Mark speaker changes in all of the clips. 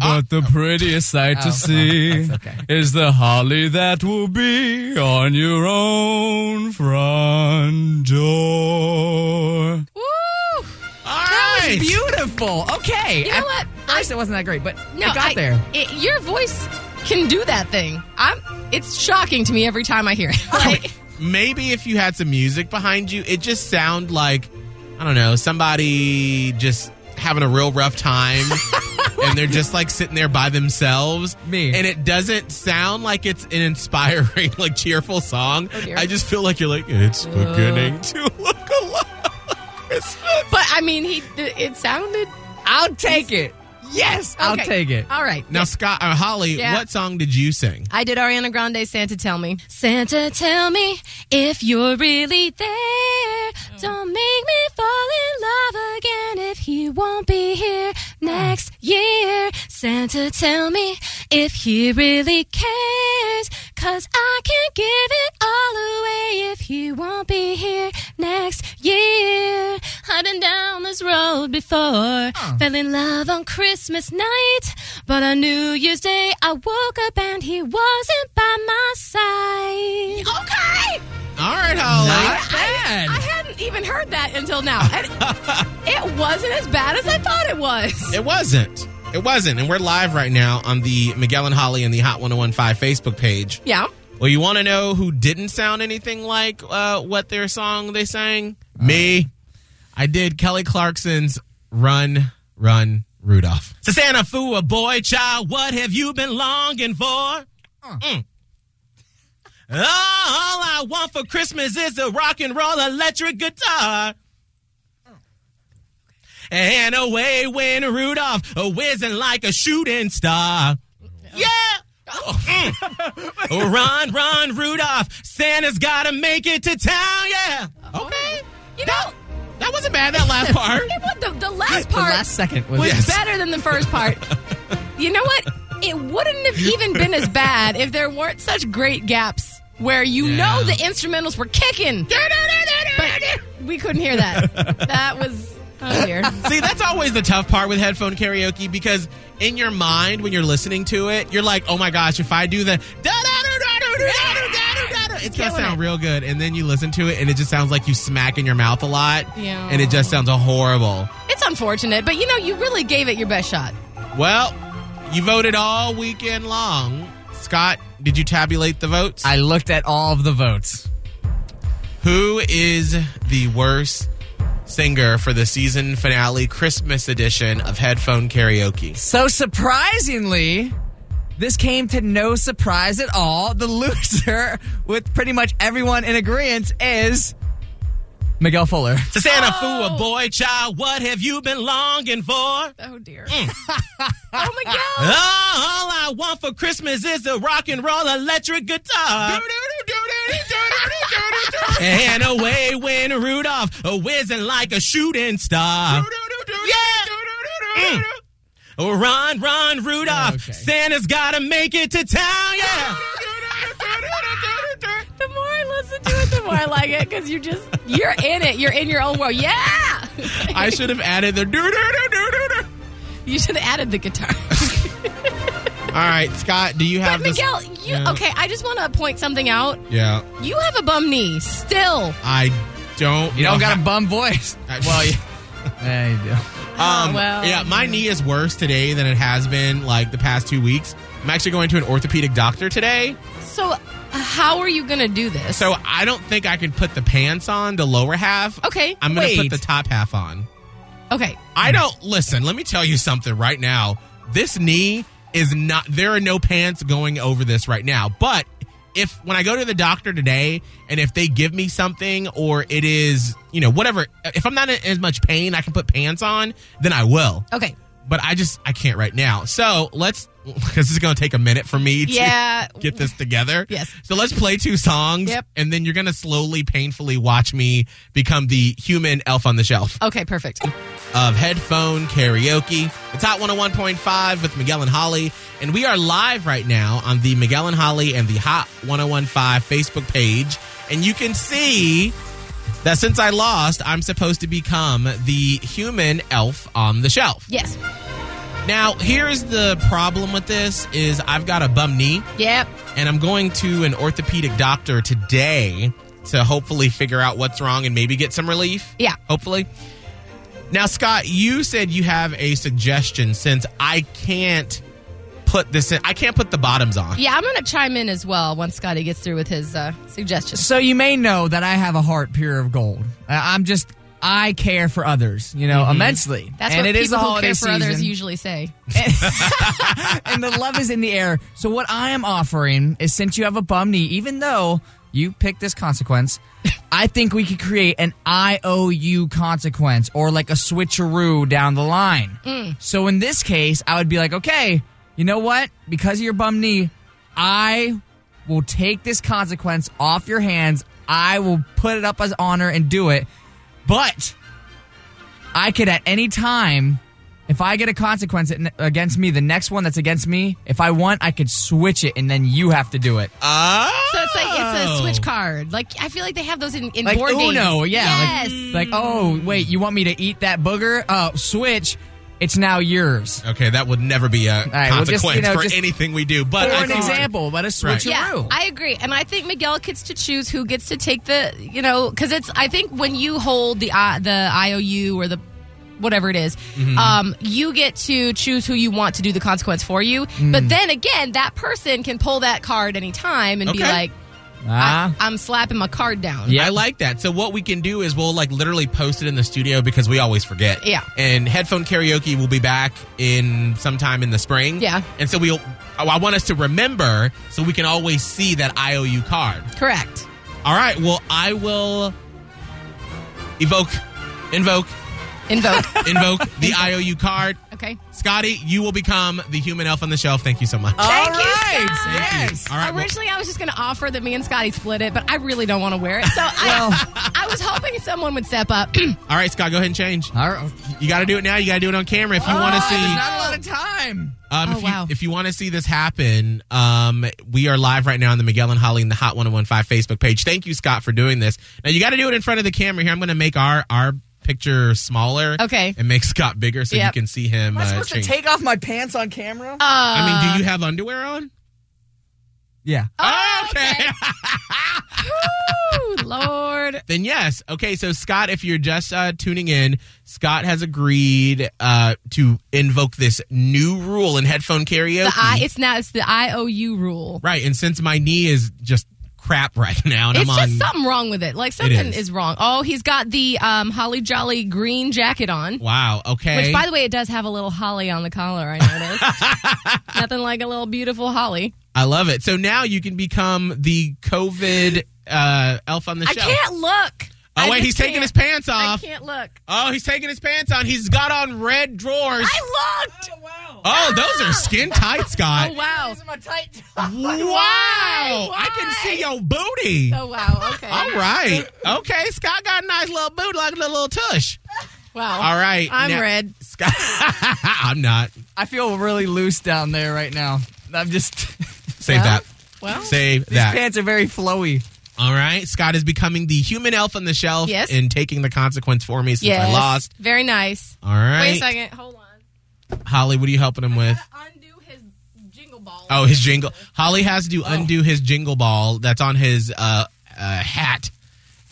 Speaker 1: But the prettiest sight to see
Speaker 2: Ah, oh. that's okay.
Speaker 1: is the holly that will be on your own front door.
Speaker 3: Woo!
Speaker 4: All
Speaker 2: That
Speaker 4: right.
Speaker 2: was beautiful. Okay.
Speaker 3: You know
Speaker 2: At
Speaker 3: what?
Speaker 2: First, it wasn't that great, but
Speaker 3: No,
Speaker 2: it got
Speaker 3: I-
Speaker 2: there.
Speaker 3: it- your voice can do that thing. I'm. It's shocking to me every time I hear it. Like,
Speaker 4: Maybe if you had some music behind you, it just sound like, I don't know, somebody just having a real rough time. and they're just like sitting there by themselves.
Speaker 2: Me.
Speaker 4: And it doesn't sound like it's an inspiring, like cheerful song.
Speaker 3: Oh, dear.
Speaker 4: I just feel like you're like, it's beginning to look a lot like Christmas.
Speaker 3: but I mean, he. It sounded.
Speaker 2: I'll take it.
Speaker 4: Yes.
Speaker 2: I'll
Speaker 3: Okay.
Speaker 2: take it.
Speaker 3: All right.
Speaker 4: Now, Scott, uh, Holly,
Speaker 3: Yeah.
Speaker 4: what song did you sing?
Speaker 3: I did Ariana Grande Santa Tell Me. Santa Tell Me if you're really there. Don't make me fall in love again if he won't be here next year. Santa Tell Me if he really cares. Cause I can give it all away if he won't be here next year. I've been down this road before. Fell in love on Christmas night. But on New Year's Day, I woke up and he wasn't by my side. Okay!
Speaker 4: All right, Holly.
Speaker 2: Not bad.
Speaker 3: I hadn't even heard that until now. And it wasn't as bad as I thought it was.
Speaker 4: It wasn't. It wasn't. And we're live right now on the Miguel and Holly and the Hot 1015 Facebook page.
Speaker 3: Yeah.
Speaker 4: Well, you want to know who didn't sound anything like uh, what their song they sang? Me. I did Kelly Clarkson's Run, Run, Rudolph. Susanna Fua, boy, child, what have you been longing for? Mm. All I want for Christmas is a rock and roll electric guitar. And away went Rudolph, a whizzing like a shooting star. Yeah! Mm. Oh, run, run, Rudolph. Santa's gotta make it to town, yeah. Okay.
Speaker 3: You
Speaker 4: That,
Speaker 3: know,
Speaker 4: that wasn't bad, that last part.
Speaker 3: it was- the, the last
Speaker 2: The
Speaker 3: part
Speaker 2: last second was.
Speaker 3: was
Speaker 4: Yes.
Speaker 3: better than the first part. you know what? It wouldn't have even been as bad if there weren't such great gaps where you
Speaker 4: Yeah.
Speaker 3: know the instrumentals were kicking. But we couldn't hear that. That was oh dear.
Speaker 4: See, that's always the tough part with headphone karaoke because in your mind, when you're listening to it, you're like, oh my gosh, if I do the. It's gonna
Speaker 3: Killing
Speaker 4: sound
Speaker 3: it.
Speaker 4: real good, and then you listen to it, and it just sounds like you smack in your mouth a lot,
Speaker 3: Yeah.
Speaker 4: and it just sounds horrible.
Speaker 3: It's unfortunate, but you know you really gave it your best shot.
Speaker 4: Well, you voted all weekend long. Scott, did you tabulate the votes?
Speaker 2: I looked at all of the votes.
Speaker 4: Who is the worst singer for the season finale Christmas edition of Headphone Karaoke?
Speaker 2: So surprisingly, this came to no surprise at all. The loser, with pretty much everyone in agreement, is Miguel Fuller.
Speaker 4: Susanna
Speaker 2: Oh!
Speaker 4: Fua, boy, child, what have you been longing for? All
Speaker 3: Oh dear. oh my god.
Speaker 4: I want for Christmas is a rock and roll electric guitar. and away went Rudolph, a whizzing like a shooting star. Yeah. Oh, Ron, Ron Rudolph.
Speaker 2: Okay.
Speaker 4: Santa's gotta make it to town. Yeah.
Speaker 3: The more I listen to it, the more I like it because you just you're in it. You're in your own world. Yeah.
Speaker 4: I should have added the do do do do do do.
Speaker 3: You should have added the guitar.
Speaker 4: All right, Scott, do you
Speaker 3: but
Speaker 4: have this?
Speaker 3: Miguel, you
Speaker 4: Yeah.
Speaker 3: okay? I just want to point something out.
Speaker 4: Yeah,
Speaker 3: You have a bum knee still.
Speaker 4: I don't.
Speaker 2: You don't
Speaker 4: know
Speaker 2: got a bum voice.
Speaker 4: how- Well, yeah.
Speaker 2: Yeah, you do.
Speaker 4: Um,
Speaker 3: Oh, well,
Speaker 4: yeah, my knee is worse today than it has been like the past two weeks. I'm actually going to an orthopedic doctor today,
Speaker 3: So uh, how are you gonna do this?
Speaker 4: so I don't think I can put the pants on, the lower half.
Speaker 3: Okay,
Speaker 4: I'm going to put
Speaker 2: wait.
Speaker 4: the top half on.
Speaker 3: okay,
Speaker 4: I don't listen. Let me tell you something right now. This knee is not. There are no pants going over this right now. But if when I go to the doctor today, and if they give me something, or it is you know whatever, if I'm not in as much pain, I can put pants on. Then I will.
Speaker 3: okay.
Speaker 4: But I just I can't right now. So let's because it's going to take a minute for me to
Speaker 3: Yeah.
Speaker 4: get this together.
Speaker 3: Yes.
Speaker 4: So let's play two songs.
Speaker 3: Yep.
Speaker 4: And then you're going to slowly, painfully watch me become the human elf on the shelf
Speaker 3: Okay, perfect.
Speaker 4: of headphone karaoke. It's Hot 101.5 with Miguel and Holly, and we are live right now on the Miguel and Holly and the Hot 101.5 Facebook page. And you can see that since I lost, I'm supposed to become the human elf on the shelf.
Speaker 3: Yes.
Speaker 4: Now, here's the problem with this is I've got a bum knee
Speaker 3: Yep.
Speaker 4: and I'm going to an orthopedic doctor today to hopefully figure out what's wrong and maybe get some relief.
Speaker 3: Yeah.
Speaker 4: Hopefully. Now, Scott, you said you have a suggestion since I can't put this in, I can't put the bottoms on.
Speaker 3: Yeah, I'm gonna chime in as well once Scotty gets through with his uh, suggestions.
Speaker 2: So you may know that I have a heart pure of gold. I- I'm just I care for others, you know, immensely.
Speaker 3: That's
Speaker 2: and
Speaker 3: what
Speaker 2: it
Speaker 3: people
Speaker 2: is the
Speaker 3: who
Speaker 2: holiday
Speaker 3: care for others
Speaker 2: season.
Speaker 3: usually say.
Speaker 2: and the love is in the air. So what I am offering is since you have a bum knee, even though you picked this consequence, I think we could create an IOU consequence or like a switcheroo down the line. So in this case, I would be like, okay, you know what? Because of your bum knee, I will take this consequence off your hands. I will put it up as honor and do it. But I could at any time, if I get a consequence in- against me, the next one that's against me, if I want, I could switch it, and then you have to do it.
Speaker 4: Oh.
Speaker 3: So it's like it's a switch card. Like I feel like they have those in, in
Speaker 2: like
Speaker 3: board games.
Speaker 2: Uno, yeah.
Speaker 3: Yes.
Speaker 2: Like, like, oh wait, you want me to eat that booger? Uh, switch. It's now yours.
Speaker 4: Okay, that would never be a
Speaker 2: right, well,
Speaker 4: consequence
Speaker 2: just, you know,
Speaker 4: for
Speaker 2: just-
Speaker 4: anything we do. But
Speaker 2: For
Speaker 4: I
Speaker 2: an
Speaker 4: thought-
Speaker 2: example, but a
Speaker 4: Right.
Speaker 2: switcheroo.
Speaker 3: yeah, I agree, and I think Miguel gets to choose who gets to take the, you know, because it's. I think when you hold the I the IOU or the whatever it is,
Speaker 4: Mm-hmm.
Speaker 3: um, you get to choose who you want to do the consequence for you.
Speaker 4: Mm.
Speaker 3: But then again, that person can pull that card anytime and be
Speaker 4: Okay.
Speaker 3: like,
Speaker 2: Ah.
Speaker 3: I, am slapping my card down."
Speaker 4: Yeah, I like that. So what we can do is we'll like literally post it in the studio because we always forget.
Speaker 3: Yeah.
Speaker 4: And headphone karaoke will be back in sometime in the spring.
Speaker 3: Yeah.
Speaker 4: And so we'll. oh, I want us to remember so we can always see that IOU card.
Speaker 3: Correct.
Speaker 4: All right. Well, I will evoke, invoke,
Speaker 3: Invoke.
Speaker 4: invoke the IOU card.
Speaker 3: okay.
Speaker 4: Scotty, you will become the human elf on the shelf. Thank you so much.
Speaker 3: Thank
Speaker 2: All
Speaker 3: you,
Speaker 2: right.
Speaker 3: Scott.
Speaker 2: Yes.
Speaker 4: All right. well-
Speaker 3: Originally, Oh, I was just going to offer that me and Scotty split it, but I really don't want to wear it. So I, I was hoping someone would step up.
Speaker 4: all right, Scott, go ahead and change.
Speaker 2: All right.
Speaker 4: You got to do it now. You got to do it on camera if you want to see.
Speaker 2: Oh, There's not a lot of time.
Speaker 4: Um,
Speaker 3: Oh,
Speaker 4: if,
Speaker 3: wow.
Speaker 4: you, if you want to see this happen, um, we are live right now on the Miguel and Holly and the Hot 1015 Facebook page. Thank you, Scott, for doing this. Now, you got to do it in front of the camera here. I'm going to make our, our picture smaller.
Speaker 3: Okay.
Speaker 4: And make Scott bigger so
Speaker 3: Yep.
Speaker 4: you can see him.
Speaker 2: Am I
Speaker 4: uh,
Speaker 2: supposed
Speaker 4: change.
Speaker 2: to take off my pants on camera?
Speaker 3: Uh,
Speaker 4: I mean, do you have underwear on?
Speaker 2: yeah.
Speaker 3: Oh, okay. Ooh, Lord.
Speaker 4: then yes. Okay, so Scott, if you're just uh, tuning in, Scott has agreed uh, to invoke this new rule in headphone karaoke.
Speaker 3: The I, it's now it's the IOU rule.
Speaker 4: right, and since my knee is just crap right now, and
Speaker 3: It's
Speaker 4: I'm
Speaker 3: just
Speaker 4: on.
Speaker 3: something wrong with it. Like something
Speaker 4: is.
Speaker 3: is. wrong. Oh, he's got the um, Holly Jolly green jacket on.
Speaker 4: Wow. Okay.
Speaker 3: Which, by the way, it does have a little holly on the collar, I noticed. Nothing like a little beautiful holly.
Speaker 4: I love it. So now you can become the COVID uh, elf on the
Speaker 3: I
Speaker 4: shelf.
Speaker 3: can't look.
Speaker 4: oh
Speaker 3: I
Speaker 4: wait,
Speaker 3: just
Speaker 4: he's taking
Speaker 3: can't.
Speaker 4: his pants
Speaker 3: I
Speaker 4: off.
Speaker 3: can't look.
Speaker 4: Oh, he's taking his pants on. He's got on red drawers.
Speaker 3: I looked.
Speaker 4: oh, those are skin tight, Scott.
Speaker 3: Oh wow.
Speaker 4: wow. I can
Speaker 3: Why?
Speaker 4: see your booty.
Speaker 3: Oh wow. Okay.
Speaker 4: All right. Okay, Scott got a nice little booty, like a little tush.
Speaker 2: Wow.
Speaker 4: All right,
Speaker 5: I'm
Speaker 4: now-
Speaker 5: red.
Speaker 4: Scott, I'm not.
Speaker 2: I feel really loose down there right now. I'm just
Speaker 4: Save that.
Speaker 5: Well,
Speaker 4: Save that.
Speaker 2: pants are very flowy.
Speaker 4: All right. Scott is becoming the human elf on the shelf
Speaker 5: Yes.
Speaker 4: and taking the consequence for me since
Speaker 5: yes.
Speaker 4: I lost.
Speaker 5: Very nice.
Speaker 4: All right.
Speaker 5: Wait a second. Hold on.
Speaker 4: Holly, what are you helping him with?
Speaker 5: Undo his jingle ball.
Speaker 4: Oh, his jingle. Holly has
Speaker 5: Oh.
Speaker 4: to undo his jingle ball that's on his uh, uh, hat.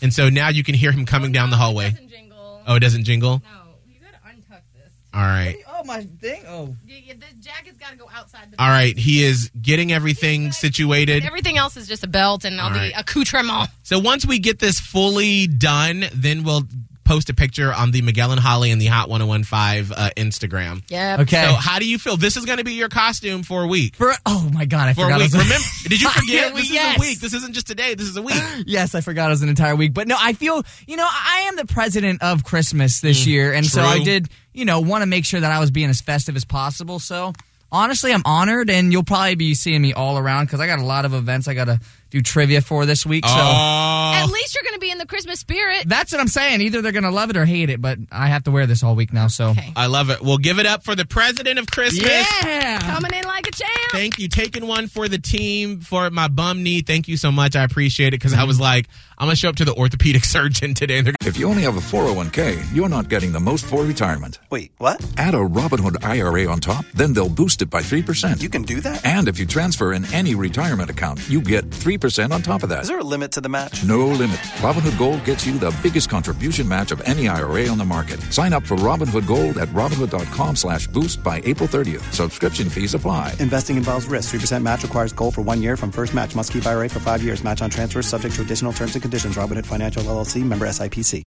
Speaker 4: And so now you can hear him coming down the hallway.
Speaker 5: Doesn't jingle.
Speaker 4: Oh, it doesn't jingle?
Speaker 5: No, you gotta untuck this.
Speaker 4: All right.
Speaker 2: Oh my thing. Oh.
Speaker 5: Y- y- The jacket's gotta go outside. The
Speaker 4: All right. He is getting everything situated.
Speaker 5: Everything else is just a belt and all,
Speaker 4: All
Speaker 5: the
Speaker 4: right.
Speaker 5: accoutrement.
Speaker 4: So once we get this fully done, then we'll post a picture on the Miguel and Holly and the Hot 1015 uh, Instagram.
Speaker 5: Yep.
Speaker 2: Okay.
Speaker 4: So how do you feel? This is going to be your costume for a week.
Speaker 2: For, oh my god, I
Speaker 4: For
Speaker 2: forgot.
Speaker 4: a
Speaker 2: I
Speaker 4: week.
Speaker 2: was-
Speaker 4: Remember? Did you forget?
Speaker 5: Yeah,
Speaker 4: this
Speaker 5: yes.
Speaker 4: is a week. This isn't just today. This is a week.
Speaker 2: yes, I forgot it was an entire week. But no, I feel you know I am the president of Christmas this year, and so
Speaker 4: Mm, true.
Speaker 2: I did you know want to make sure that I was being as festive as possible. So honestly, I'm honored, and you'll probably be seeing me all around because I got a lot of events I got to do trivia for this week. So.
Speaker 4: Oh.
Speaker 5: At least you're gonna be in the Christmas spirit.
Speaker 2: That's what I'm saying. Either they're gonna love it or hate it, but I have to wear this all week now. So,
Speaker 5: Okay.
Speaker 4: I love it. We'll give it up for the president of Christmas.
Speaker 2: yeah,
Speaker 5: Coming in like a champ.
Speaker 4: Thank you. Taking one for the team for my bum knee. Thank you so much. I appreciate it because I was like, I'm going to show up to the orthopedic surgeon today and they're
Speaker 6: If you only have a 401k, you're not getting the most for retirement.
Speaker 7: Wait, what?
Speaker 6: Add a Robinhood IRA on top, then they'll boost it by 3%.
Speaker 7: You can do that?
Speaker 6: and if you transfer in any retirement account, you get 3% on top of that.
Speaker 7: Is there a limit to the match?
Speaker 6: No limit. Robinhood Gold gets you the biggest contribution match of any IRA on the market. Sign up for Robinhood Gold at Robinhood.com slash boost by April 30th. Subscription fees apply.
Speaker 7: Investing involves risk. 3% match requires gold for one year from first match. Must keep IRA for five years. Match on transfers subject to additional terms and conditions. Robinhood Financial LLC member SIPC.